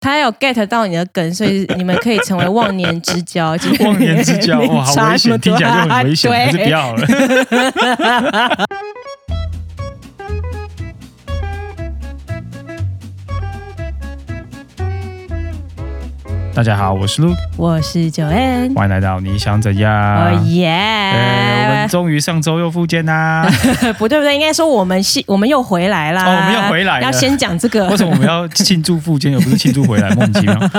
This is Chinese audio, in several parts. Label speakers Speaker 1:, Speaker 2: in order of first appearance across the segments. Speaker 1: 他有 get 到你的梗，所以你们可以成为忘年之交。
Speaker 2: 忘年之 交，哇，好危险，听起来就很危险，还是不
Speaker 1: 啊对，
Speaker 2: 要了。 大家好，我是 Luke，
Speaker 1: 我是九 N，
Speaker 2: 欢迎来到你想怎样？
Speaker 1: 哦
Speaker 2: 哎啊我
Speaker 1: 耶
Speaker 2: 们，终于上周又复健啦！
Speaker 1: 不对不对，应该说我们是，我们又回来啦，
Speaker 2: 哦我们又回来了
Speaker 1: 要先讲这 个
Speaker 2: 为，什么我们要庆祝复健，而不是庆祝回来？莫名 其妙。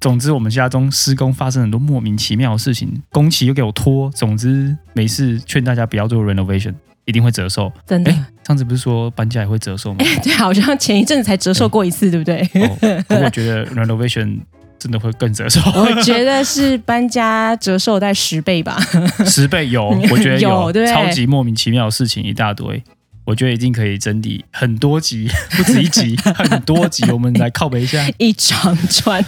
Speaker 2: 总之，我们家中施工发生很多莫名其妙的事情，工期又给我拖。总之，没事，劝大家不要做 renovation，一定会折寿。
Speaker 1: 真的，
Speaker 2: 上次不是说搬家也会折寿吗？
Speaker 1: 对，好像前一阵子才折寿过一次，对不 对？
Speaker 2: 哦，不过我觉得 renovation 真的会更折 寿，
Speaker 1: 我觉得是搬家折寿在十倍吧，
Speaker 2: 十倍有，我觉 得
Speaker 1: 有对
Speaker 2: 超级莫名其妙的事情一大堆。我觉得一定可以整理很多集， 不止一集，很多集，我们来靠北一下。
Speaker 1: 一长串，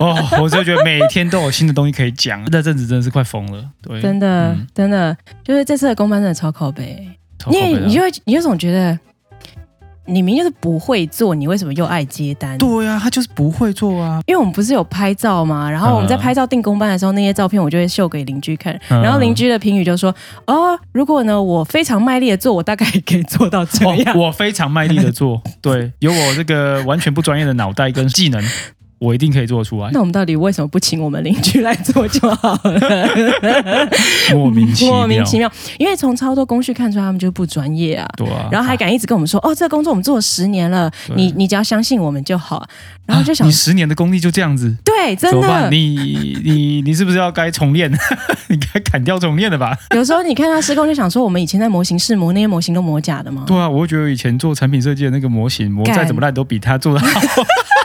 Speaker 2: 哦，我就觉得每天都有新的东西可以讲， 那阵子真的是快疯了。对，
Speaker 1: 真的、
Speaker 2: 嗯
Speaker 1: 真的，就是这次的公班真的超靠背。
Speaker 2: 超靠
Speaker 1: 因
Speaker 2: 北
Speaker 1: 为
Speaker 2: 的
Speaker 1: 你就会，你就总觉得，你明明就是不会做，你为什么又爱接单？
Speaker 2: 对呀、他就是不会做 啊。
Speaker 1: 因为我们不是有拍照嘛，然后我们在
Speaker 2: 嗯
Speaker 1: 拍照定工班的时候，那些照片我就会秀给邻居看，
Speaker 2: 嗯
Speaker 1: 然后邻居的评语就说：“哦，如果呢我非常卖力的做，我大概也可以做到这
Speaker 2: 哦，
Speaker 1: 样。
Speaker 2: 我非常卖力的 做，对，有我这个完全不专业的脑袋 跟技能，我一定可以做得出来。
Speaker 1: 那我们到底为什么不请我们邻居来做就 好了？
Speaker 2: 莫名其妙，
Speaker 1: 莫名其妙，因为从超多工序看出来，他们就不专业啊。
Speaker 2: 对啊。
Speaker 1: 然后还敢一直跟我们说，哦，这个工作我们做了十年了，
Speaker 2: 对
Speaker 1: 你你只要相信我们就好。然后就想
Speaker 2: 啊你，十年的功力就这样子，
Speaker 1: 对，真
Speaker 2: 怎么
Speaker 1: 的
Speaker 2: 办？，你你你是不是要该重练？ 你该砍掉重练了吧？
Speaker 1: 有时候你看他施工，就想说我们以前在模型试模那些模型都模假的嘛。
Speaker 2: 对啊，我会觉得以前做产品设计的那个模型，模
Speaker 1: 干
Speaker 2: 再怎么烂都比他做的好。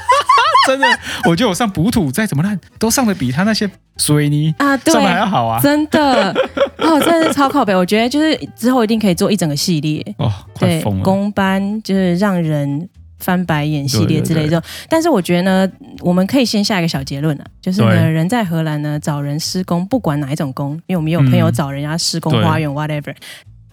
Speaker 2: 真的，我觉得我上补土再怎么烂，都上的比他那些水泥
Speaker 1: 啊，对
Speaker 2: 上的，还要好啊！
Speaker 1: 真的，哦，真的是超靠北。我觉得就是之后一定可以做一整个系列，
Speaker 2: 哦，快
Speaker 1: 对
Speaker 2: 疯，了！
Speaker 1: 公班就是让人翻白眼系列之类
Speaker 2: 对对对
Speaker 1: 的。但是我觉得呢，我们可以先下一个小结论啊，就是呢，
Speaker 2: 对
Speaker 1: 人在荷兰呢找人施工，不管哪一种工，因为我们也有朋友
Speaker 2: 嗯
Speaker 1: 找人家施工
Speaker 2: 对
Speaker 1: 花园 whatever，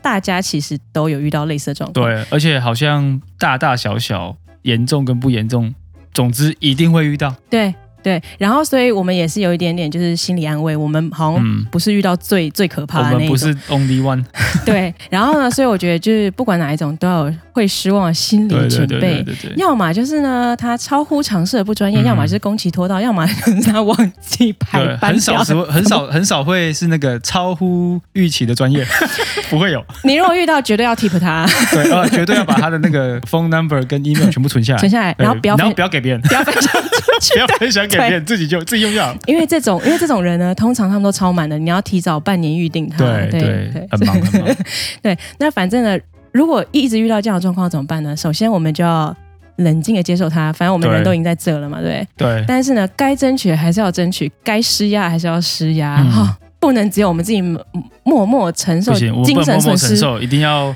Speaker 1: 大家其实都有遇到类似的状况。
Speaker 2: 对，而且好像大大小小、严重跟不严重，总之一定会遇到。
Speaker 1: 对对，然后所以我们也是有一点点就是心理安慰，我们好像
Speaker 2: 嗯，
Speaker 1: 不是遇到最最可
Speaker 2: 我
Speaker 1: 怕的哦啊那
Speaker 2: 们
Speaker 1: 一
Speaker 2: 不
Speaker 1: 种，
Speaker 2: 是 only one。
Speaker 1: 对。然后呢，所以我觉得就是不管哪一种，都要有会失望的心理
Speaker 2: 对对
Speaker 1: 准备。
Speaker 2: 对对对对。
Speaker 1: 要么就是呢，他超乎常识的不专业；
Speaker 2: 嗯
Speaker 1: 要么就是工期拖到；要么就是他忘记排
Speaker 2: 对，
Speaker 1: 班
Speaker 2: 很少
Speaker 1: 表
Speaker 2: 时。候很少很少会是那个超乎预期的专业， 不会有。
Speaker 1: 你如果遇到，绝对要 tip 他
Speaker 2: 对，呃，绝对要把他的那个 phone number 跟 email 全部存下来
Speaker 1: 存，下来，
Speaker 2: 对
Speaker 1: 然后不要分
Speaker 2: 然后不要给别人，
Speaker 1: 不要分 享出去
Speaker 2: 不要分享给别人，自己就自己用就好。
Speaker 1: 因为这种因为这种人呢，通常他们都超满的，你要提早半年预定他。 对
Speaker 2: 对，很忙很忙。
Speaker 1: 对，那反正呢，如果一直遇到这样的状况怎么办呢？首先我们就要冷静的接受它，反正我们人
Speaker 2: 对
Speaker 1: 都已经在这了嘛，对不对。
Speaker 2: 对，
Speaker 1: 但是呢，该争取的还是要争取，该施压的还是要施压，
Speaker 2: 嗯
Speaker 1: 哈、不能只有我们自己默默默承受
Speaker 2: 不行，我们不
Speaker 1: 精
Speaker 2: 能
Speaker 1: 神
Speaker 2: 默
Speaker 1: 损
Speaker 2: 默承
Speaker 1: 失。
Speaker 2: 受，一 定要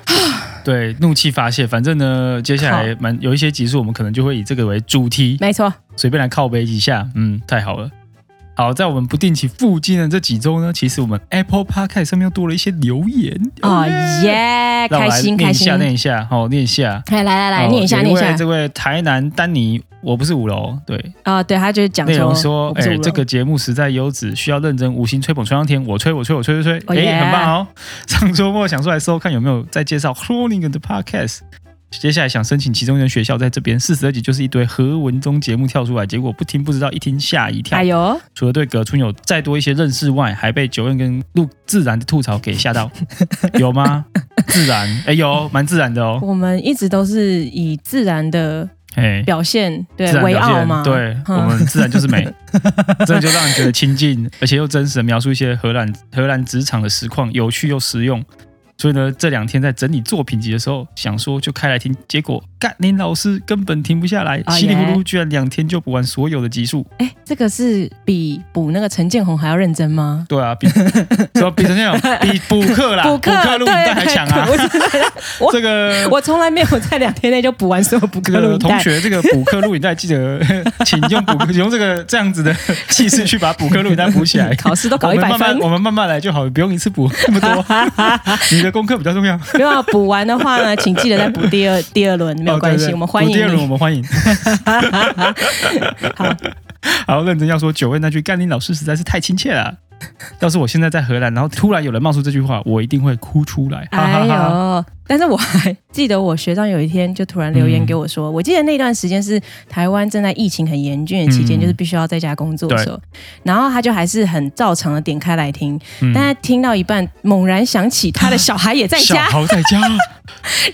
Speaker 2: 对怒气发泄。反正呢，接下来蛮有一些集数，我们可能就会以这个为主题，
Speaker 1: 没错，
Speaker 2: 随便来靠背一下。嗯，太好了。好，在我们不定期附近的这几周呢，其实我们 Apple Podcast 上面又多了一些留言
Speaker 1: 哦
Speaker 2: 耶！
Speaker 1: 耶，
Speaker 2: 哎让我
Speaker 1: 开
Speaker 2: 来
Speaker 1: 心
Speaker 2: 念
Speaker 1: 开
Speaker 2: 一
Speaker 1: 心
Speaker 2: 下，。念一下，好，念一下。
Speaker 1: 哎，来来来，
Speaker 2: 哦
Speaker 1: 念一下，
Speaker 2: 有
Speaker 1: 念一
Speaker 2: 位
Speaker 1: 下。
Speaker 2: 这位台南丹尼，我不是五楼，对，
Speaker 1: 啊，对他就是讲
Speaker 2: 内容
Speaker 1: 说
Speaker 2: 说，
Speaker 1: 我不
Speaker 2: 哎、
Speaker 1: 是五楼
Speaker 2: 这个节目实在优质，需要认真五星吹捧吹上天，我吹我吹我吹吹
Speaker 1: 哦
Speaker 2: 吹，哎、
Speaker 1: 耶
Speaker 2: 很棒哦。 上周末想出来搜看有没有在介绍 Cloning 的 Podcast，接下来想申请其中一间学校在这边，四十二集就是一堆何文中节目跳出来，结果不听不知道，一听吓一跳。哦
Speaker 1: 哎呦，
Speaker 2: 除了对葛春有再多一些认识外，还被九燕跟陆自然的吐槽给吓到，有 吗？自然，哎、有，蛮自然的哦，
Speaker 1: 我们一直都是以自然的
Speaker 2: 哎、
Speaker 1: 表现对
Speaker 2: 自然
Speaker 1: 为
Speaker 2: 表
Speaker 1: 傲
Speaker 2: 现，
Speaker 1: 嘛，
Speaker 2: 对，
Speaker 1: 嗯
Speaker 2: 我们自然就是美，这就让人觉得亲近，而且又真实的描述一些荷兰荷兰职场的实况，有趣又实用。所以呢，这两天在整理作品集的时候，想说就开来听，结果干林老师根本停不下来，
Speaker 1: 哎呀
Speaker 2: 稀里糊涂居然两天就补完所有的集数。
Speaker 1: 哎，这个是比补那个陈建宏还要认真吗？
Speaker 2: 对啊，比说比成这 样，比啊补课啦，
Speaker 1: 补
Speaker 2: 课
Speaker 1: 课
Speaker 2: 录
Speaker 1: 对
Speaker 2: 影带还强啊！
Speaker 1: 对对对我我
Speaker 2: 这个
Speaker 1: 我从来没有在两天内就补完所有补
Speaker 2: 这
Speaker 1: 课录
Speaker 2: 个
Speaker 1: 影
Speaker 2: 同
Speaker 1: 带。
Speaker 2: 学，这个补课录影带记得， 请用补用这个这样子的 气势去把补课录影带补起来
Speaker 1: 嗯。考试都
Speaker 2: 我
Speaker 1: 考一
Speaker 2: 们
Speaker 1: 百
Speaker 2: 慢慢，
Speaker 1: 分。
Speaker 2: 我们慢慢来就好，不用一次补那么多。你的功课比较重要。
Speaker 1: 如果要补完的话呢，请记得再补第二第二轮，没有关系，
Speaker 2: 哦对对
Speaker 1: 我们欢迎
Speaker 2: 第二轮我
Speaker 1: 你。
Speaker 2: 们欢迎。
Speaker 1: 好，
Speaker 2: 好，认真要说，九位那句干林老师实在是太亲切了。要是我现在在荷兰，然后突然有人冒出这句话，我一定会哭出来。哈
Speaker 1: 哎
Speaker 2: 哈哈
Speaker 1: 呦！但是我还记得，我学长有一天就突然留言给我
Speaker 2: 嗯
Speaker 1: 说，我记得那段时间是台湾正在疫情很严峻的期间，
Speaker 2: 嗯
Speaker 1: 就是必须要在家工作的时候，然后他就还是很照常的点开来听，
Speaker 2: 嗯
Speaker 1: 但他听到一半，猛然想起他的小孩也在
Speaker 2: 小
Speaker 1: 家，
Speaker 2: 豪在家，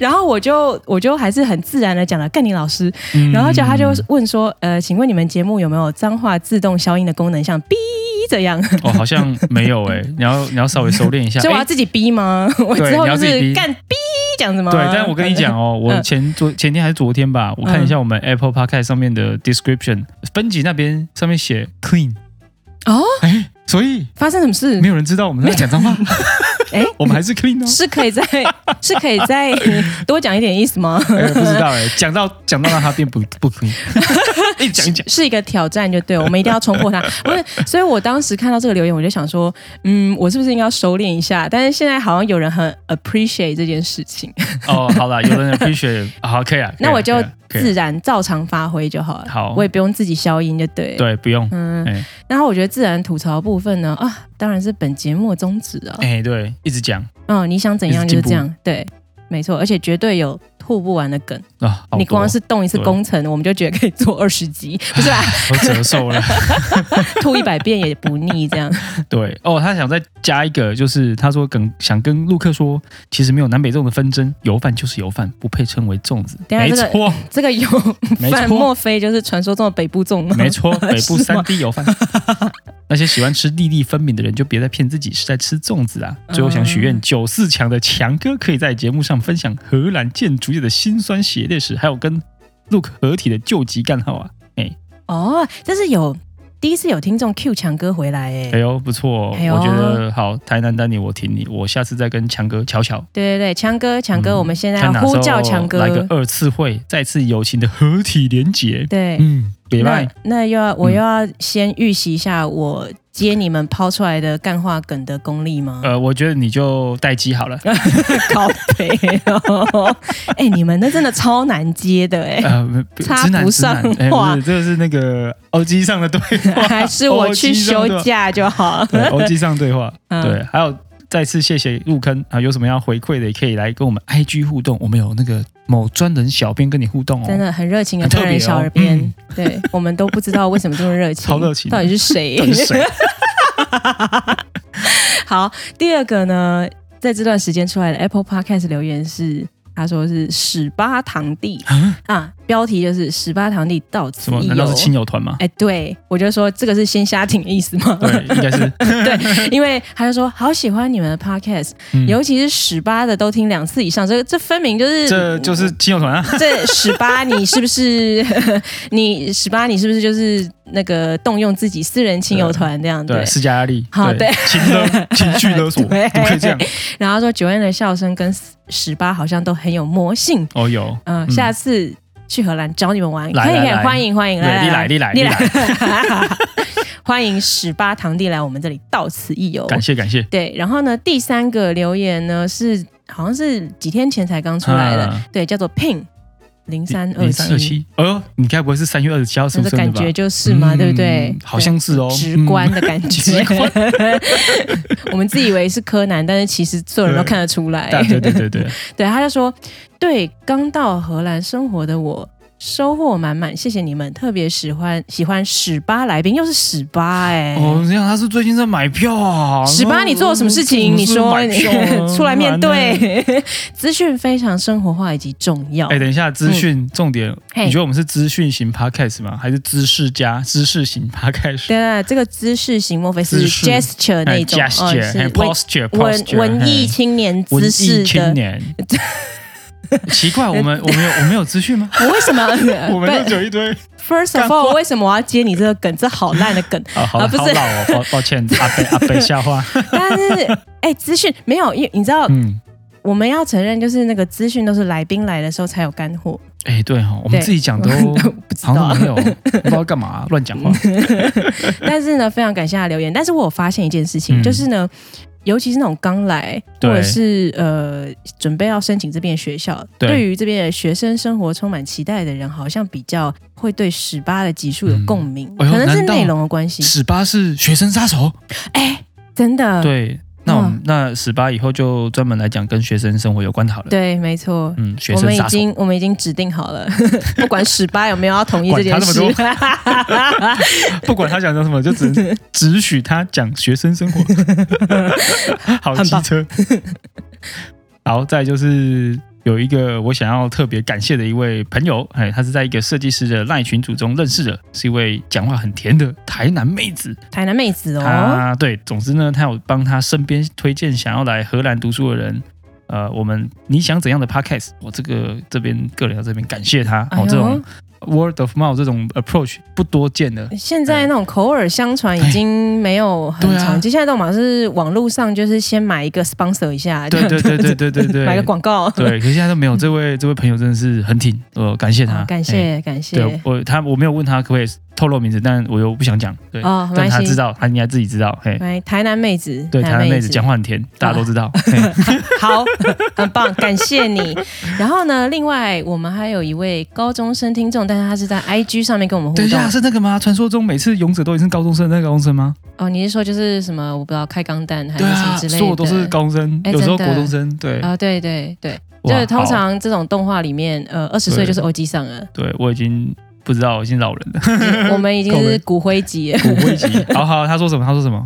Speaker 1: 然后我就我就还是很自然的讲了干你老师，
Speaker 2: 嗯
Speaker 1: 然后就他就问说，呃，请问你们节目有没有脏话自动消音的功能，像哔这样？
Speaker 2: 哦，好像没有哎，你要你要稍微收敛 一下。
Speaker 1: 所以我
Speaker 2: 哎
Speaker 1: 要自己逼 吗？我
Speaker 2: 对
Speaker 1: 之后
Speaker 2: 你要
Speaker 1: 就
Speaker 2: 自己
Speaker 1: 是
Speaker 2: 逼
Speaker 1: 干逼这样子吗？
Speaker 2: 对，但是我跟你讲哦，我
Speaker 1: 啊嗯
Speaker 2: 前昨前天还是昨天吧，我看一下我们 Apple Podcast 上面的 description 分级那边上面写 clean
Speaker 1: 哦，
Speaker 2: 哎，所以
Speaker 1: 发生什么事
Speaker 2: 没？有人知道我们在讲脏话，
Speaker 1: 哎，
Speaker 2: 我们还是 clean 哦。
Speaker 1: 是可 以再是可以再 多讲一点意思吗？
Speaker 2: 哎，不知道哎，讲到讲到让它变不 不 clean，一讲一讲，
Speaker 1: 是一个挑战，就对了，我们一定要冲破 它。不是，所以我当时看到这个留言，我就想说，嗯，我是不是应该要收敛一下？但是现在好像有人很 appreciate 这件事 情，
Speaker 2: 哦，好了，有人 appreciate，好，可以啊。可以啊
Speaker 1: 那我就
Speaker 2: 可以啊可以啊
Speaker 1: 自然照常发挥就好了。
Speaker 2: 好
Speaker 1: 我也不用自己消音，就对。，
Speaker 2: 对，不用。
Speaker 1: 嗯。
Speaker 2: 哎
Speaker 1: 然后我觉得自然吐槽的部分呢，啊，当然是本节目的宗旨啊。
Speaker 2: 哎，对，一直讲
Speaker 1: 嗯，你想怎样就是
Speaker 2: 一
Speaker 1: 这
Speaker 2: 直进步
Speaker 1: 样，对，没错，而且绝对有吐不完的梗。
Speaker 2: 啊，好
Speaker 1: 你
Speaker 2: 多
Speaker 1: 光是动一次
Speaker 2: 对
Speaker 1: 工程，我们就觉得可以做二十 集，不是啦，
Speaker 2: 我折寿了。
Speaker 1: 吐一百遍也不腻，这样。
Speaker 2: 对哦，他想再加一个，就是他说跟想跟陆克说，其实没有南北粽的纷争，油饭就是油饭，不配称为粽子。
Speaker 1: 等一
Speaker 2: 没
Speaker 1: 下
Speaker 2: 错，
Speaker 1: 这个有
Speaker 2: 没
Speaker 1: 范
Speaker 2: 错，
Speaker 1: 莫非就是传说中的北部粽吗？
Speaker 2: 没错，北部
Speaker 1: 是吗
Speaker 2: 三 D 油饭。那些喜欢吃粒粒分明的人，就别再骗自己是在吃粽子啊！
Speaker 1: 嗯
Speaker 2: 最后想许愿，九四强的强哥可以在节目上分享荷兰建筑业的辛酸血泪史，还有跟陆克合体的救急干号啊！
Speaker 1: 哦，这是有第一次有听众 Q 强哥回来哎、
Speaker 2: 哎呦，不错哦，
Speaker 1: 哎呦
Speaker 2: 我觉得好，台南丹尼我挺你，我下次再跟强哥瞧瞧。
Speaker 1: 对对对，强哥强哥，
Speaker 2: 嗯
Speaker 1: 我们现在要
Speaker 2: 看哪时候
Speaker 1: 呼叫强哥
Speaker 2: 来，个二次会，再次友情的合体连结。
Speaker 1: 对。
Speaker 2: 嗯，别
Speaker 1: 那
Speaker 2: 卖
Speaker 1: 那又要我又要
Speaker 2: 嗯
Speaker 1: 先预习一下我接你们抛出来的干话梗的功力吗？
Speaker 2: 呃，我觉得你就待机好
Speaker 1: 哎
Speaker 2: 了。
Speaker 1: 靠北哦！哎、你们那真的超难接的哎、
Speaker 2: 呃，不
Speaker 1: 插
Speaker 2: 直男
Speaker 1: 不
Speaker 2: 直男
Speaker 1: 上
Speaker 2: 哎
Speaker 1: 话
Speaker 2: 不是，这个是那个 O G 上的对 话，
Speaker 1: 还是我去休假就好。
Speaker 2: 对 O G 上对话。
Speaker 1: 嗯
Speaker 2: 对，还有再次谢谢入坑啊，有什么要回馈的，也可以来跟我们 I G 互动，我们有那个某专人小编跟你互动哦。
Speaker 1: 真的很热情的
Speaker 2: 很特
Speaker 1: 大
Speaker 2: 别哦
Speaker 1: 人小耳边，
Speaker 2: 嗯
Speaker 1: 对我们都不知道为什么这么热情，
Speaker 2: 超热情
Speaker 1: 到底是谁
Speaker 2: 到？底是谁？
Speaker 1: 好，第二个呢，在这段时间出来的 Apple Podcast 留言是。他说是十八堂弟啊，标题就是十八堂弟到此
Speaker 2: 什么？
Speaker 1: 一
Speaker 2: 难
Speaker 1: 游
Speaker 2: 道是。亲友团吗？
Speaker 1: 哎，对我就说这个是先瞎挺的意思吗？
Speaker 2: 对，应该是。
Speaker 1: 对，因为他就说好喜欢你们的 podcast，、
Speaker 2: 嗯
Speaker 1: 尤其是十八的都听两次以上， 这这分明就是
Speaker 2: 这就是亲友团啊！
Speaker 1: 这十八，你是不是 你十八，你是不是就是那个动用自己私人亲友团这样对
Speaker 2: 对，？施加压力，
Speaker 1: 好对
Speaker 2: 对，情 勒、情绪勒索，
Speaker 1: 对
Speaker 2: 怎么可以这样？
Speaker 1: 然后说九恩的笑声跟十八好像都很有魔性，
Speaker 2: 哦，有，
Speaker 1: 嗯、
Speaker 2: 嗯
Speaker 1: 下次去荷兰找你们玩，
Speaker 2: 来
Speaker 1: 可以可以，
Speaker 2: 来来
Speaker 1: 欢迎欢迎，
Speaker 2: 对
Speaker 1: 来
Speaker 2: 你来你来
Speaker 1: 你
Speaker 2: 你
Speaker 1: 来， 欢迎十八堂弟来我们这里到此一游，
Speaker 2: 感谢感谢。
Speaker 1: 对，然后呢，第三个留言呢是好像是几天前才刚出来的，
Speaker 2: 嗯
Speaker 1: 对，叫做 Ping 零三二
Speaker 2: 零三二七，哎呦，你该不会是三月二十七号出
Speaker 1: 那
Speaker 2: 生
Speaker 1: 个
Speaker 2: 的吧？
Speaker 1: 感觉就是嘛，
Speaker 2: 嗯
Speaker 1: 对不对？
Speaker 2: 好像是哦
Speaker 1: 对直观的感觉。
Speaker 2: 嗯直
Speaker 1: 我们自以为是柯南，但是其实所有人都看得出来。
Speaker 2: 但对对 对对，
Speaker 1: 对他就说，对刚到荷兰生活的我。收获满满，谢谢你们！特别喜欢喜欢史巴来宾，又是史巴哎、
Speaker 2: 哦，这样他是最近在买票啊。哦
Speaker 1: 十八，你做了什哦么事情？你说，你 出来面。对。啊 资讯非常生活化以及重要。
Speaker 2: 哎，等一下，资讯重点，
Speaker 1: 嗯嘿
Speaker 2: 你觉得我们是资讯型 podcast 吗？还是知识加知识型 podcast？
Speaker 1: 对啊，这个姿势型莫非是
Speaker 2: 姿势
Speaker 1: gesture 那
Speaker 2: 哎
Speaker 1: 种？哦，
Speaker 2: ，gesture，
Speaker 1: 是
Speaker 2: 哎
Speaker 1: 文
Speaker 2: posture，
Speaker 1: 文
Speaker 2: posture，
Speaker 1: 文艺
Speaker 2: 嘿
Speaker 1: 青年
Speaker 2: 文
Speaker 1: 姿势
Speaker 2: 艺青
Speaker 1: 的。
Speaker 2: 年。奇怪，我们我们有我们有 资讯吗？
Speaker 1: 我为什么？
Speaker 2: 我们
Speaker 1: 不
Speaker 2: 就有一堆
Speaker 1: First of
Speaker 2: 干
Speaker 1: all，为什么我要接你这个梗？这好烂的 梗。
Speaker 2: 啊，好
Speaker 1: 啊
Speaker 2: 了
Speaker 1: 不
Speaker 2: 好
Speaker 1: 是
Speaker 2: 老哦， 抱抱歉，阿北阿北笑话。
Speaker 1: 但是，哎，资讯没有，因为你知道，
Speaker 2: 嗯，
Speaker 1: 我们要承认，就是那个资讯都是来宾来的时候才有干货。
Speaker 2: 哎，对哈，我
Speaker 1: 对
Speaker 2: 们自己 讲都
Speaker 1: 不知
Speaker 2: 好
Speaker 1: 道嗯
Speaker 2: 像。没有，不知道干嘛乱讲话。
Speaker 1: 但是呢，非常感谢他的留言。但是我有发现一件事情，
Speaker 2: 嗯
Speaker 1: 就是呢，尤其是那种刚来或
Speaker 2: 对
Speaker 1: 者是呃准备要申请这边的学校，
Speaker 2: 对
Speaker 1: 对于这边的学生生活充满期待的人，好像比较会对十八的级数有共鸣，
Speaker 2: 嗯哎呦
Speaker 1: 可能是
Speaker 2: 难道
Speaker 1: 内容的关系。
Speaker 2: 十八是学生杀手，
Speaker 1: 哎，真的，
Speaker 2: 对。那我
Speaker 1: 嗯
Speaker 2: 们那十八以后就专门来讲跟学生生活有关的好了。
Speaker 1: 对没错。
Speaker 2: 嗯，学
Speaker 1: 我
Speaker 2: 生
Speaker 1: 们已
Speaker 2: 杀手。
Speaker 1: 经我们已经指定好 了，不管十八有没有要同意这件
Speaker 2: 管他那么
Speaker 1: 事
Speaker 2: 多，不管他讲什么，就只能 只许他讲学生生活，好
Speaker 1: 很
Speaker 2: 机
Speaker 1: 棒
Speaker 2: 车。好，再来就是有一个我想要特别感谢的一位朋友，哎，他是在一个设计师的赖群组中认识的，是一位讲话很甜的台南妹子。
Speaker 1: 台南妹子哦，
Speaker 2: 她对，总之呢，她有帮她身边推荐想要来荷兰读书的人。呃，我们你想怎样的 podcast？我这个这边个人要这边感谢她
Speaker 1: 哎
Speaker 2: 哦，
Speaker 1: 呦
Speaker 2: 这种 word of mouth 这种 approach 不多见的，
Speaker 1: 现在那种口耳相传已经没有很
Speaker 2: 对啊
Speaker 1: 常见，现在都马上是网络上就是先买一个 sponsor 一下，
Speaker 2: 对对对对对对 对，
Speaker 1: 买个广告，
Speaker 2: 对，可是现在都没有。这位这位朋友真的是很挺，我感谢他，
Speaker 1: 哦感
Speaker 2: 哎。
Speaker 1: 谢感谢
Speaker 2: 对我他我没有问他可不可以透露名字，但我又不想讲，对，
Speaker 1: 哦，没
Speaker 2: 但
Speaker 1: 关
Speaker 2: 他知
Speaker 1: 系，嗯
Speaker 2: 道，他应该自己知道，嘿。
Speaker 1: 来台南妹子，
Speaker 2: 对，台湾妹子
Speaker 1: 子
Speaker 2: 讲话很甜，大
Speaker 1: 啊
Speaker 2: 家都知道。嘿
Speaker 1: 好， 很棒，感谢你。然后呢，另外我们还有一位高中生听众，但是他是在 IG 上面跟我们互
Speaker 2: 等一下，
Speaker 1: 动。
Speaker 2: 是那个吗？传说中每次勇者都已经是高中生，那个高中生吗？
Speaker 1: 哦，你是说就是什么我不知道开钢弹还是
Speaker 2: 对
Speaker 1: 什
Speaker 2: 啊，
Speaker 1: 么之类
Speaker 2: 所
Speaker 1: 的？
Speaker 2: 有都是高中生，
Speaker 1: 哎
Speaker 2: 有时候
Speaker 1: 真的
Speaker 2: 国中生。对，
Speaker 1: 啊，对对对，就
Speaker 2: 哇
Speaker 1: 是通。
Speaker 2: 好
Speaker 1: 常这种动画里面，呃，二十岁就是欧基上了，
Speaker 2: 对我已经不知道，我已经老人 了，
Speaker 1: 我们已经
Speaker 2: 够
Speaker 1: 是
Speaker 2: 了
Speaker 1: 骨灰级了。
Speaker 2: 骨灰级。好好，他说什么？他说什么？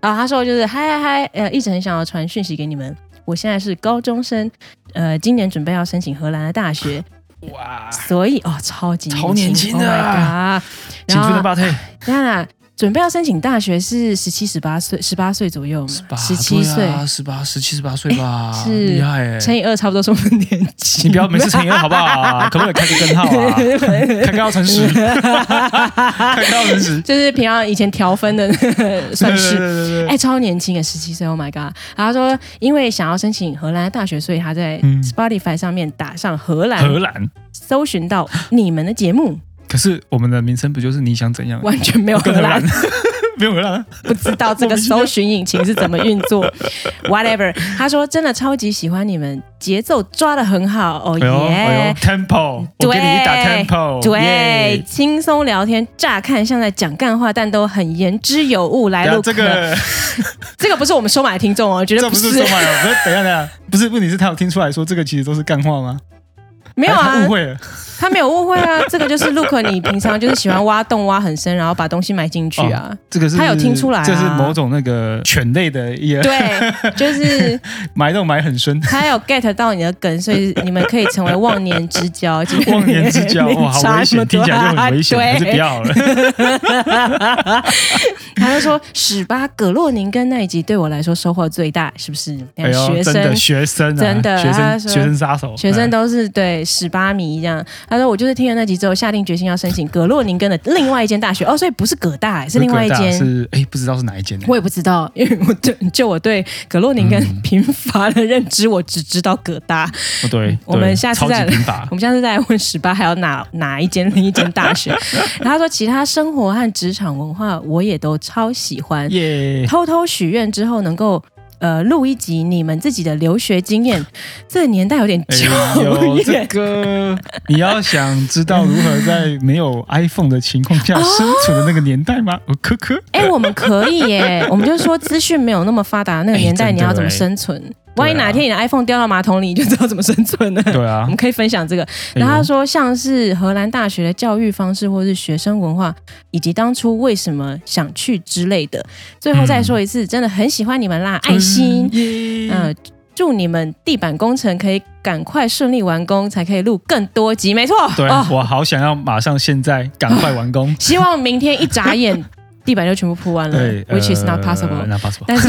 Speaker 1: 啊，他说就是嗨嗨嗨，呃，一直很想要传讯息给你们。我现在是高中生，呃，今年准备要申请荷兰的大学，
Speaker 2: 哇，
Speaker 1: 所以哦，超级
Speaker 2: 哎超年轻的
Speaker 1: 啊
Speaker 2: 啊！
Speaker 1: Oh my god
Speaker 2: 青春的
Speaker 1: 然后
Speaker 2: 巴特。
Speaker 1: 当然啦，准备要申请大学是十七、十八岁，十八岁左右嘛，十七岁
Speaker 2: 啊十八、十七、十八岁吧，
Speaker 1: 是
Speaker 2: 厉害哎、
Speaker 1: 乘以二，差不多是我们年纪。
Speaker 2: 你不要每次乘以二好不好、可不可以开个根号 啊？开根号乘十，开根号乘十，
Speaker 1: 就是平常以前调分的算
Speaker 2: 对
Speaker 1: 是。
Speaker 2: 对对对
Speaker 1: 哎、超年轻的十七岁，Oh my god！然后他说，因为想要申请荷兰的大学，所以他在
Speaker 2: 嗯
Speaker 1: Spotify 上面打上荷兰，
Speaker 2: 荷兰。
Speaker 1: 搜寻到你们的节目，
Speaker 2: 可是我们的名称不就是你想怎样？
Speaker 1: 完全没有荷
Speaker 2: 跟荷
Speaker 1: 兰
Speaker 2: 兰， 没有荷兰啊，
Speaker 1: 不知道这个搜寻引擎是怎么运 作。Whatever，他说真的超级喜欢你们，节奏抓的很好哦
Speaker 2: 哎呦哎呦
Speaker 1: 耶。
Speaker 2: ，Tempo，
Speaker 1: 对
Speaker 2: 我给你一打 Tempo，
Speaker 1: 对
Speaker 2: 耶，
Speaker 1: 轻松聊天，乍看像在讲干话，但都很言之有物。来
Speaker 2: 等下
Speaker 1: 录
Speaker 2: 这个
Speaker 1: 这个不是我们收买的听众哦，绝对
Speaker 2: 这
Speaker 1: 不
Speaker 2: 不
Speaker 1: 是，
Speaker 2: 是说 话了，不是等一下等一下，不是问题是他有听出来说这个其实都是干话吗？
Speaker 1: 没有
Speaker 2: 还是
Speaker 1: 啊
Speaker 2: 他误，会了，
Speaker 1: 他没有误会 啊，这个就是 Look，你平常就是喜欢挖洞挖很深，然后把东西埋进去啊，
Speaker 2: 这个是
Speaker 1: 他有听出来啊
Speaker 2: 这是某种那个犬类的一个
Speaker 1: 对，就是
Speaker 2: 埋都埋 很 深。
Speaker 1: 他有 get 到你的梗，所以你们可以成为忘年之交。就是
Speaker 2: 忘年之交，
Speaker 1: 你
Speaker 2: 哇，好 危
Speaker 1: 你
Speaker 2: 险，听起来就很危险，
Speaker 1: 啊对
Speaker 2: 还是不要好了。
Speaker 1: 他就说史巴葛洛宁根那一集对我来说收获最大，是不是？
Speaker 2: 哎呦，
Speaker 1: 学
Speaker 2: 真
Speaker 1: 生
Speaker 2: 的。哎学生啊，
Speaker 1: 真的
Speaker 2: 学
Speaker 1: 他
Speaker 2: 生
Speaker 1: 说
Speaker 2: 学生杀手，
Speaker 1: 学生都是对十八迷这样，他说我就是听了那集之后，下定决心要申请葛洛宁根的另外一间大学哦，所以不是葛大，
Speaker 2: 嗯
Speaker 1: 是另外一
Speaker 2: 这个大
Speaker 1: 间，
Speaker 2: 是哎，不知道是哪一间呢？
Speaker 1: 我也不知道，因为我对就我对葛洛宁
Speaker 2: 嗯
Speaker 1: 根贫乏的认知，我只知道葛大，
Speaker 2: 哦对，
Speaker 1: 我们
Speaker 2: 对
Speaker 1: 下次
Speaker 2: 超级
Speaker 1: 再
Speaker 2: 贫乏
Speaker 1: 我，们下次再来问十八还有哪哪一间另一间大 学。然后他说其他生活和职场文化我也都超喜欢，
Speaker 2: 耶，
Speaker 1: 偷偷许愿之后能够。呃，录一集你们自己的留学经验，这个年代有点
Speaker 2: 哎
Speaker 1: 久
Speaker 2: 呦，这
Speaker 1: 远。
Speaker 2: 个你要想知道如何在没有 iPhone 的情况下
Speaker 1: 哦
Speaker 2: 生存的那个年代吗？我哦科科，
Speaker 1: 哎、我们可以 耶，我们就说资讯没有那么发达，那个
Speaker 2: 哎
Speaker 1: 年代
Speaker 2: 真
Speaker 1: 你
Speaker 2: 的
Speaker 1: 要怎么
Speaker 2: 哎
Speaker 1: 生存？万一
Speaker 2: 对啊
Speaker 1: 哪天你的 iPhone 掉到马桶里，你就知道怎么生存了。
Speaker 2: 对啊
Speaker 1: 我们，可以分享这个。
Speaker 2: 哎
Speaker 1: 然后他说，像是荷兰大学的教育方式，或是学生文化，以及当初为什么想去之类的。最后再说一次，真的很喜欢你们啦，
Speaker 2: 哎 呦
Speaker 1: 爱心。
Speaker 2: 耶，
Speaker 1: 嗯、祝你们地板工程可以赶快顺利完工，才可以录更多集。没错，
Speaker 2: 对
Speaker 1: 哦，
Speaker 2: 我好想要马上现在赶快完 工，
Speaker 1: 希望明天一眨 眼地板就全部铺完了
Speaker 2: 对
Speaker 1: ，which is
Speaker 2: 呃
Speaker 1: not possible。
Speaker 2: not possible。
Speaker 1: 但是，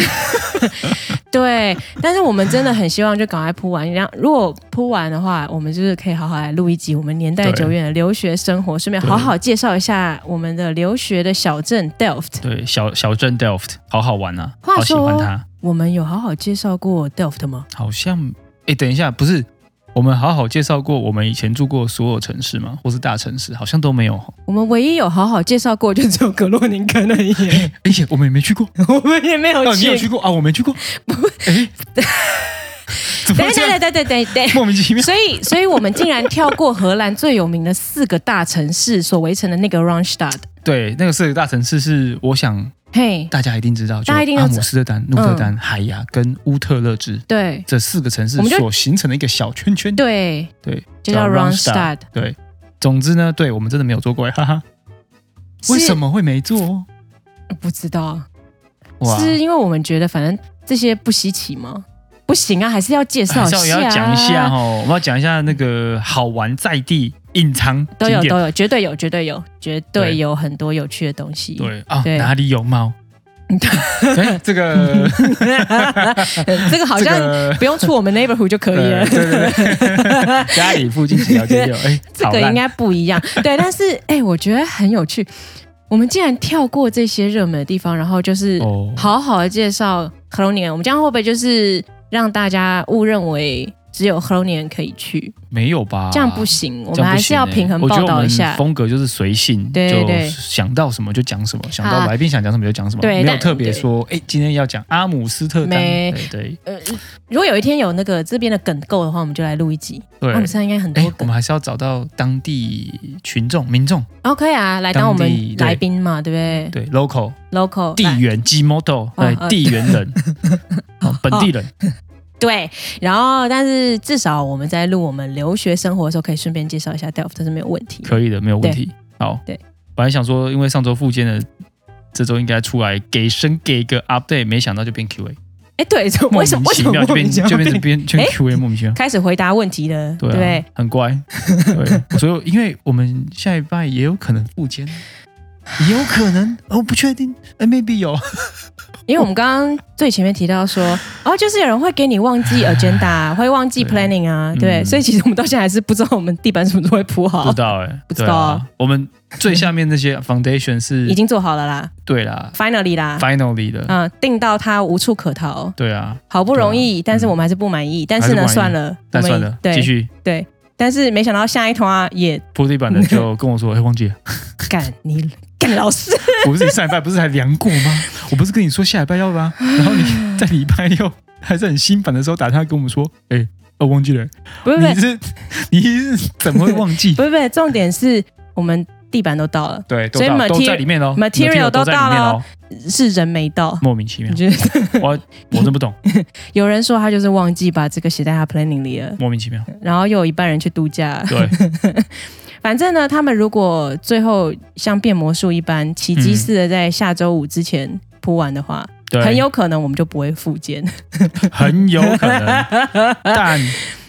Speaker 1: 对，但是我们真的很希望就赶快铺完。然后如果铺完的话，我们就是可以好好来录一集我们年代久远的留学生活，顺便好好介绍一下我们的留学的小镇 Delft。
Speaker 2: 对，小小镇 Delft 好好玩啊，
Speaker 1: 话
Speaker 2: 好喜
Speaker 1: 说
Speaker 2: 欢它。
Speaker 1: 我们有好好介绍过 Delft 吗？
Speaker 2: 好像，哎，等一下，不是，我我们好好介绍过我们以前住过所有城市吗？或是大城市，好像都没有哦。
Speaker 1: 我们唯一有好好介绍过，就只有格洛宁根而已，
Speaker 2: 而且我们也没去过，
Speaker 1: 我们也没有
Speaker 2: 啊，你有
Speaker 1: 去。
Speaker 2: 去过啊？我没去过。哎，怎么
Speaker 1: 等
Speaker 2: 会这
Speaker 1: 等
Speaker 2: 样？
Speaker 1: 等等等等。
Speaker 2: 莫名其妙。
Speaker 1: 所以，所以我们竟然跳过荷兰最有名的四个大城市所围成的那个 Ronstadt。
Speaker 2: 对，那个四个大城市是，我想
Speaker 1: 嘿，
Speaker 2: 大家一定知道，就
Speaker 1: 大家一定都
Speaker 2: 阿
Speaker 1: 知嗯
Speaker 2: 姆斯特丹、鹿特丹、海牙跟乌特勒支
Speaker 1: 对
Speaker 2: 这四个城市
Speaker 1: 我们就
Speaker 2: 所形成的一个小圈圈。
Speaker 1: 对，
Speaker 2: 对，
Speaker 1: 就叫 Ronstadt。
Speaker 2: 对，总之呢，对我们真的没有做过，哈哈。为什么会没做？
Speaker 1: 是？不知道，
Speaker 2: 哇，
Speaker 1: 是因为我们觉得反正这些不稀奇吗？不行啊，还是要介绍
Speaker 2: 还
Speaker 1: 一
Speaker 2: 是
Speaker 1: 下、
Speaker 2: 要也哎要讲一下。哦，我们要讲一下那个好玩在地隐藏
Speaker 1: 都
Speaker 2: 景
Speaker 1: 有
Speaker 2: 点
Speaker 1: 都。有，绝对有，绝对有，绝
Speaker 2: 对
Speaker 1: 对有很多有趣的东西。
Speaker 2: 对啊，
Speaker 1: 对
Speaker 2: 哪里有猫？哎，这个
Speaker 1: 这 个好
Speaker 2: 这
Speaker 1: 像
Speaker 2: 个
Speaker 1: 不用出我们 neighborhood 就可以了
Speaker 2: 呃。对对对，家里附近几条街有，哎，
Speaker 1: 这
Speaker 2: 好
Speaker 1: 个
Speaker 2: 烂
Speaker 1: 应该不一样。对，但是哎、我觉得很有趣，我们竟然跳过这些热门的地方，然后就是
Speaker 2: 哦，
Speaker 1: 好好的介绍 h e l o n i a 我们这样会不会就是让大家误认为只有 h e l o n i a 可以去？
Speaker 2: 没有吧？
Speaker 1: 这样不行，我
Speaker 2: 啊这
Speaker 1: 们
Speaker 2: 样
Speaker 1: 还
Speaker 2: 不行欸。
Speaker 1: 是要平衡
Speaker 2: 我觉
Speaker 1: 报
Speaker 2: 得我
Speaker 1: 道
Speaker 2: 们
Speaker 1: 一下。
Speaker 2: 风格就是随性，
Speaker 1: 对对对
Speaker 2: 就想到什么就讲什么，想到
Speaker 1: 啊
Speaker 2: 来宾想讲什么就讲什么，
Speaker 1: 对
Speaker 2: 没有
Speaker 1: 但
Speaker 2: 特别说，哎，今天要讲阿姆斯特丹，
Speaker 1: 没
Speaker 2: 对对
Speaker 1: 呃如果有一天有那个这边的梗够的话，我们就来录一集。
Speaker 2: 对
Speaker 1: 我。们现在应该很
Speaker 2: 哎
Speaker 1: 多，
Speaker 2: 我
Speaker 1: 梗
Speaker 2: 们还是要找到当地群众、民众，
Speaker 1: 哦，可以啊，来当我
Speaker 2: 当地
Speaker 1: 们
Speaker 2: 对
Speaker 1: 来宾嘛，对不
Speaker 2: 对 local
Speaker 1: 对？local
Speaker 2: 地
Speaker 1: 来
Speaker 2: 缘 G model，
Speaker 1: 哦
Speaker 2: 对
Speaker 1: 哦
Speaker 2: 地缘 人，哦本地人，
Speaker 1: 对，然后但是至少我们在录我们留学生活的时候，可以顺便介绍一下 Delft，这是没有问题的。
Speaker 2: 可以的，没有问题。好，
Speaker 1: 对，
Speaker 2: 本来想说，因为上周复健的，这周应该出来给生给一个 update，没想到就变 Q A，
Speaker 1: 哎，对，这为什么为什
Speaker 2: 其
Speaker 1: 么
Speaker 2: 妙就
Speaker 1: 莫名
Speaker 2: 变
Speaker 1: 其
Speaker 2: 就变
Speaker 1: 妙
Speaker 2: 成变变 Q A，莫名其妙。
Speaker 1: 开始回答问题了？对不
Speaker 2: 对啊
Speaker 1: 对，
Speaker 2: 很乖。对， 所以因为我们下一拜也有可能复健，也有可能，我不确定，哎，maybe 有，
Speaker 1: 因为我们刚刚最前面提到说，哦，就是有人会给你忘记 agenda，啊 会忘记
Speaker 2: 对
Speaker 1: planning 啊，对，
Speaker 2: 嗯
Speaker 1: 所以其实我们到现在还是不知道我们地板什么时候会铺
Speaker 2: 不
Speaker 1: 好
Speaker 2: 知，道哎，
Speaker 1: 不知道啊
Speaker 2: 对啊。我们最下面那些 foundation 是
Speaker 1: 已经做好了啦
Speaker 2: 对啦
Speaker 1: ，finally 啦，
Speaker 2: 嗯，finally 的，
Speaker 1: 嗯，定到它无处可逃，
Speaker 2: 对啊，
Speaker 1: 好不容易，但是
Speaker 2: 嗯
Speaker 1: 我们还是不满意，但是呢，
Speaker 2: 还是不
Speaker 1: 算
Speaker 2: 满意
Speaker 1: 了，
Speaker 2: 但
Speaker 1: 我
Speaker 2: 算
Speaker 1: 们
Speaker 2: 了，继
Speaker 1: 对
Speaker 2: 续
Speaker 1: 对，但是没想到下一团啊也
Speaker 2: 铺地板的就跟我说，哎，忘 记了。
Speaker 1: 干你干老师，
Speaker 2: 我不是你上礼拜不是还量过吗？我不是跟你说下礼拜 要吗？然后你 在礼拜六还是很心烦的时候打电话跟我们说，哎、我、忘记了，
Speaker 1: 不是不
Speaker 2: 你
Speaker 1: 是
Speaker 2: 是你是怎么会忘记？
Speaker 1: 不是不是，重点是我们地板都到了，
Speaker 2: 对，都
Speaker 1: 所以
Speaker 2: 到
Speaker 1: material-
Speaker 2: 都在里面哦
Speaker 1: material
Speaker 2: 都在里面
Speaker 1: 都到
Speaker 2: 哦，
Speaker 1: 是人没到，
Speaker 2: 莫名其妙
Speaker 1: 你，觉得？
Speaker 2: 我我真不懂，
Speaker 1: 有人说他就是忘记把这个写在他 planning 里了，
Speaker 2: 莫名其妙，
Speaker 1: 然后又有一半人去度假。
Speaker 2: 对，
Speaker 1: 反正呢，他们如果最后像变魔术一般奇迹似的在下周五之前铺完的话，
Speaker 2: 嗯 对
Speaker 1: 很有可能我们就不会复健。
Speaker 2: 很有可 能， 但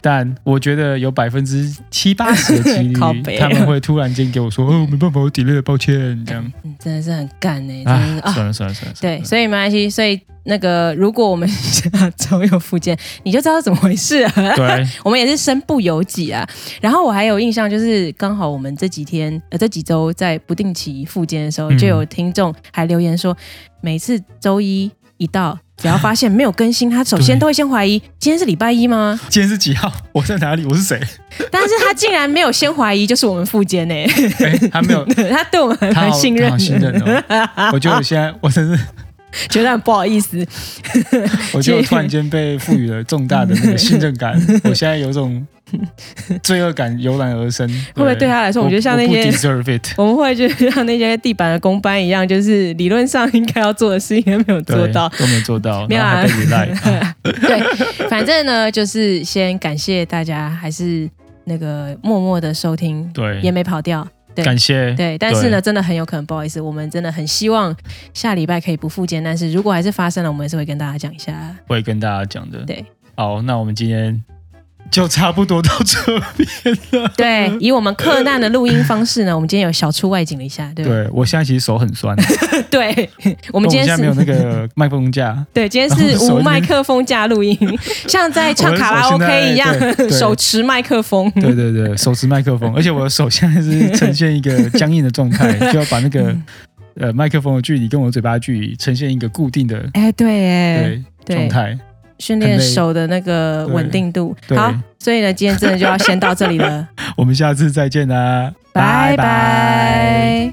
Speaker 2: 但我觉得有百分之七八十的 几
Speaker 1: 靠
Speaker 2: 率，
Speaker 1: 北
Speaker 2: 他们会突然间给我说，哦，没办法，我 delay 了，抱歉，这样，
Speaker 1: 嗯真的是很干哎、
Speaker 2: 啊
Speaker 1: 真的，啊
Speaker 2: 算了算了算了，
Speaker 1: 对，所以没关系。所以那个，如果我们 下周有复健，你就知道怎么回事了、
Speaker 2: 以对，
Speaker 1: 我们也是身不由己啊。然后我还有印象，就是刚好我们这几天呃这几周在不定期复健的时候，
Speaker 2: 嗯
Speaker 1: 就有听众还留言说，每次周一一到，只要发现没有更新，他首先
Speaker 2: 对
Speaker 1: 都会先怀疑今天是礼拜一吗？
Speaker 2: 今天是几号？我在哪里？我 是谁？
Speaker 1: 但是他竟然没有先怀疑，就是我们复健呢、
Speaker 2: 哎、他没有，
Speaker 1: 他 对我们还
Speaker 2: 他
Speaker 1: 蛮
Speaker 2: 好
Speaker 1: 信任
Speaker 2: 他好
Speaker 1: 的，
Speaker 2: 信任哦。我觉得我现在，我真是，
Speaker 1: 觉得很不好意思。
Speaker 2: 我觉得我突然间被赋予了重大的那个信任感。 我现在 有种罪恶感油然而生。会
Speaker 1: 会不会对他来说我们就像那些
Speaker 2: 不 deserve it？
Speaker 1: 我们会就像那些地板的工班一样，就是理论上应该要做的事情，还没有
Speaker 2: 对
Speaker 1: 做到。
Speaker 2: 都没有做到，
Speaker 1: 没有啊
Speaker 2: 然后还被 rely，啊
Speaker 1: 对，反正呢，就是先感谢大家，还是那个默默的收听， 也
Speaker 2: 对，
Speaker 1: 没跑掉。对
Speaker 2: 感谢，
Speaker 1: 对，但是呢，真的很有可能，不好意思，我们真的很希望下礼拜可以不复健，但是如果还是发生了，我们还是会跟大家讲一下。
Speaker 2: 会跟大家讲的。
Speaker 1: 对，
Speaker 2: 好，那我们今天就差不多到这边了。
Speaker 1: 对，以我们克难的录音方式呢，我们今天有小出外景了一下，对不
Speaker 2: 对我现在其实手很酸，
Speaker 1: 对？对， 我
Speaker 2: 我
Speaker 1: 们今天
Speaker 2: 现在没有
Speaker 1: 是，
Speaker 2: 那个麦克风 架，
Speaker 1: 对，今
Speaker 2: 然后
Speaker 1: 天是
Speaker 2: 手
Speaker 1: 无
Speaker 2: 已经
Speaker 1: 麦克风加录 音，像在唱
Speaker 2: 我的
Speaker 1: 卡拉
Speaker 2: 手现
Speaker 1: OK 一样
Speaker 2: 在对，对
Speaker 1: 手持麦克风。
Speaker 2: 对对对，手持麦克风，而且我的手现在是呈现一个僵硬的 状态，就要把那个
Speaker 1: 嗯
Speaker 2: 呃麦克风的距离跟我嘴巴的距离呈现一个固定的
Speaker 1: 哎，对，哎，
Speaker 2: 对状态。
Speaker 1: 训练
Speaker 2: 很累
Speaker 1: 手的那个稳定度。
Speaker 2: 对对
Speaker 1: 好，所以呢，今天 真的就要先到这里了，
Speaker 2: 我们下次再见啦，
Speaker 1: 拜拜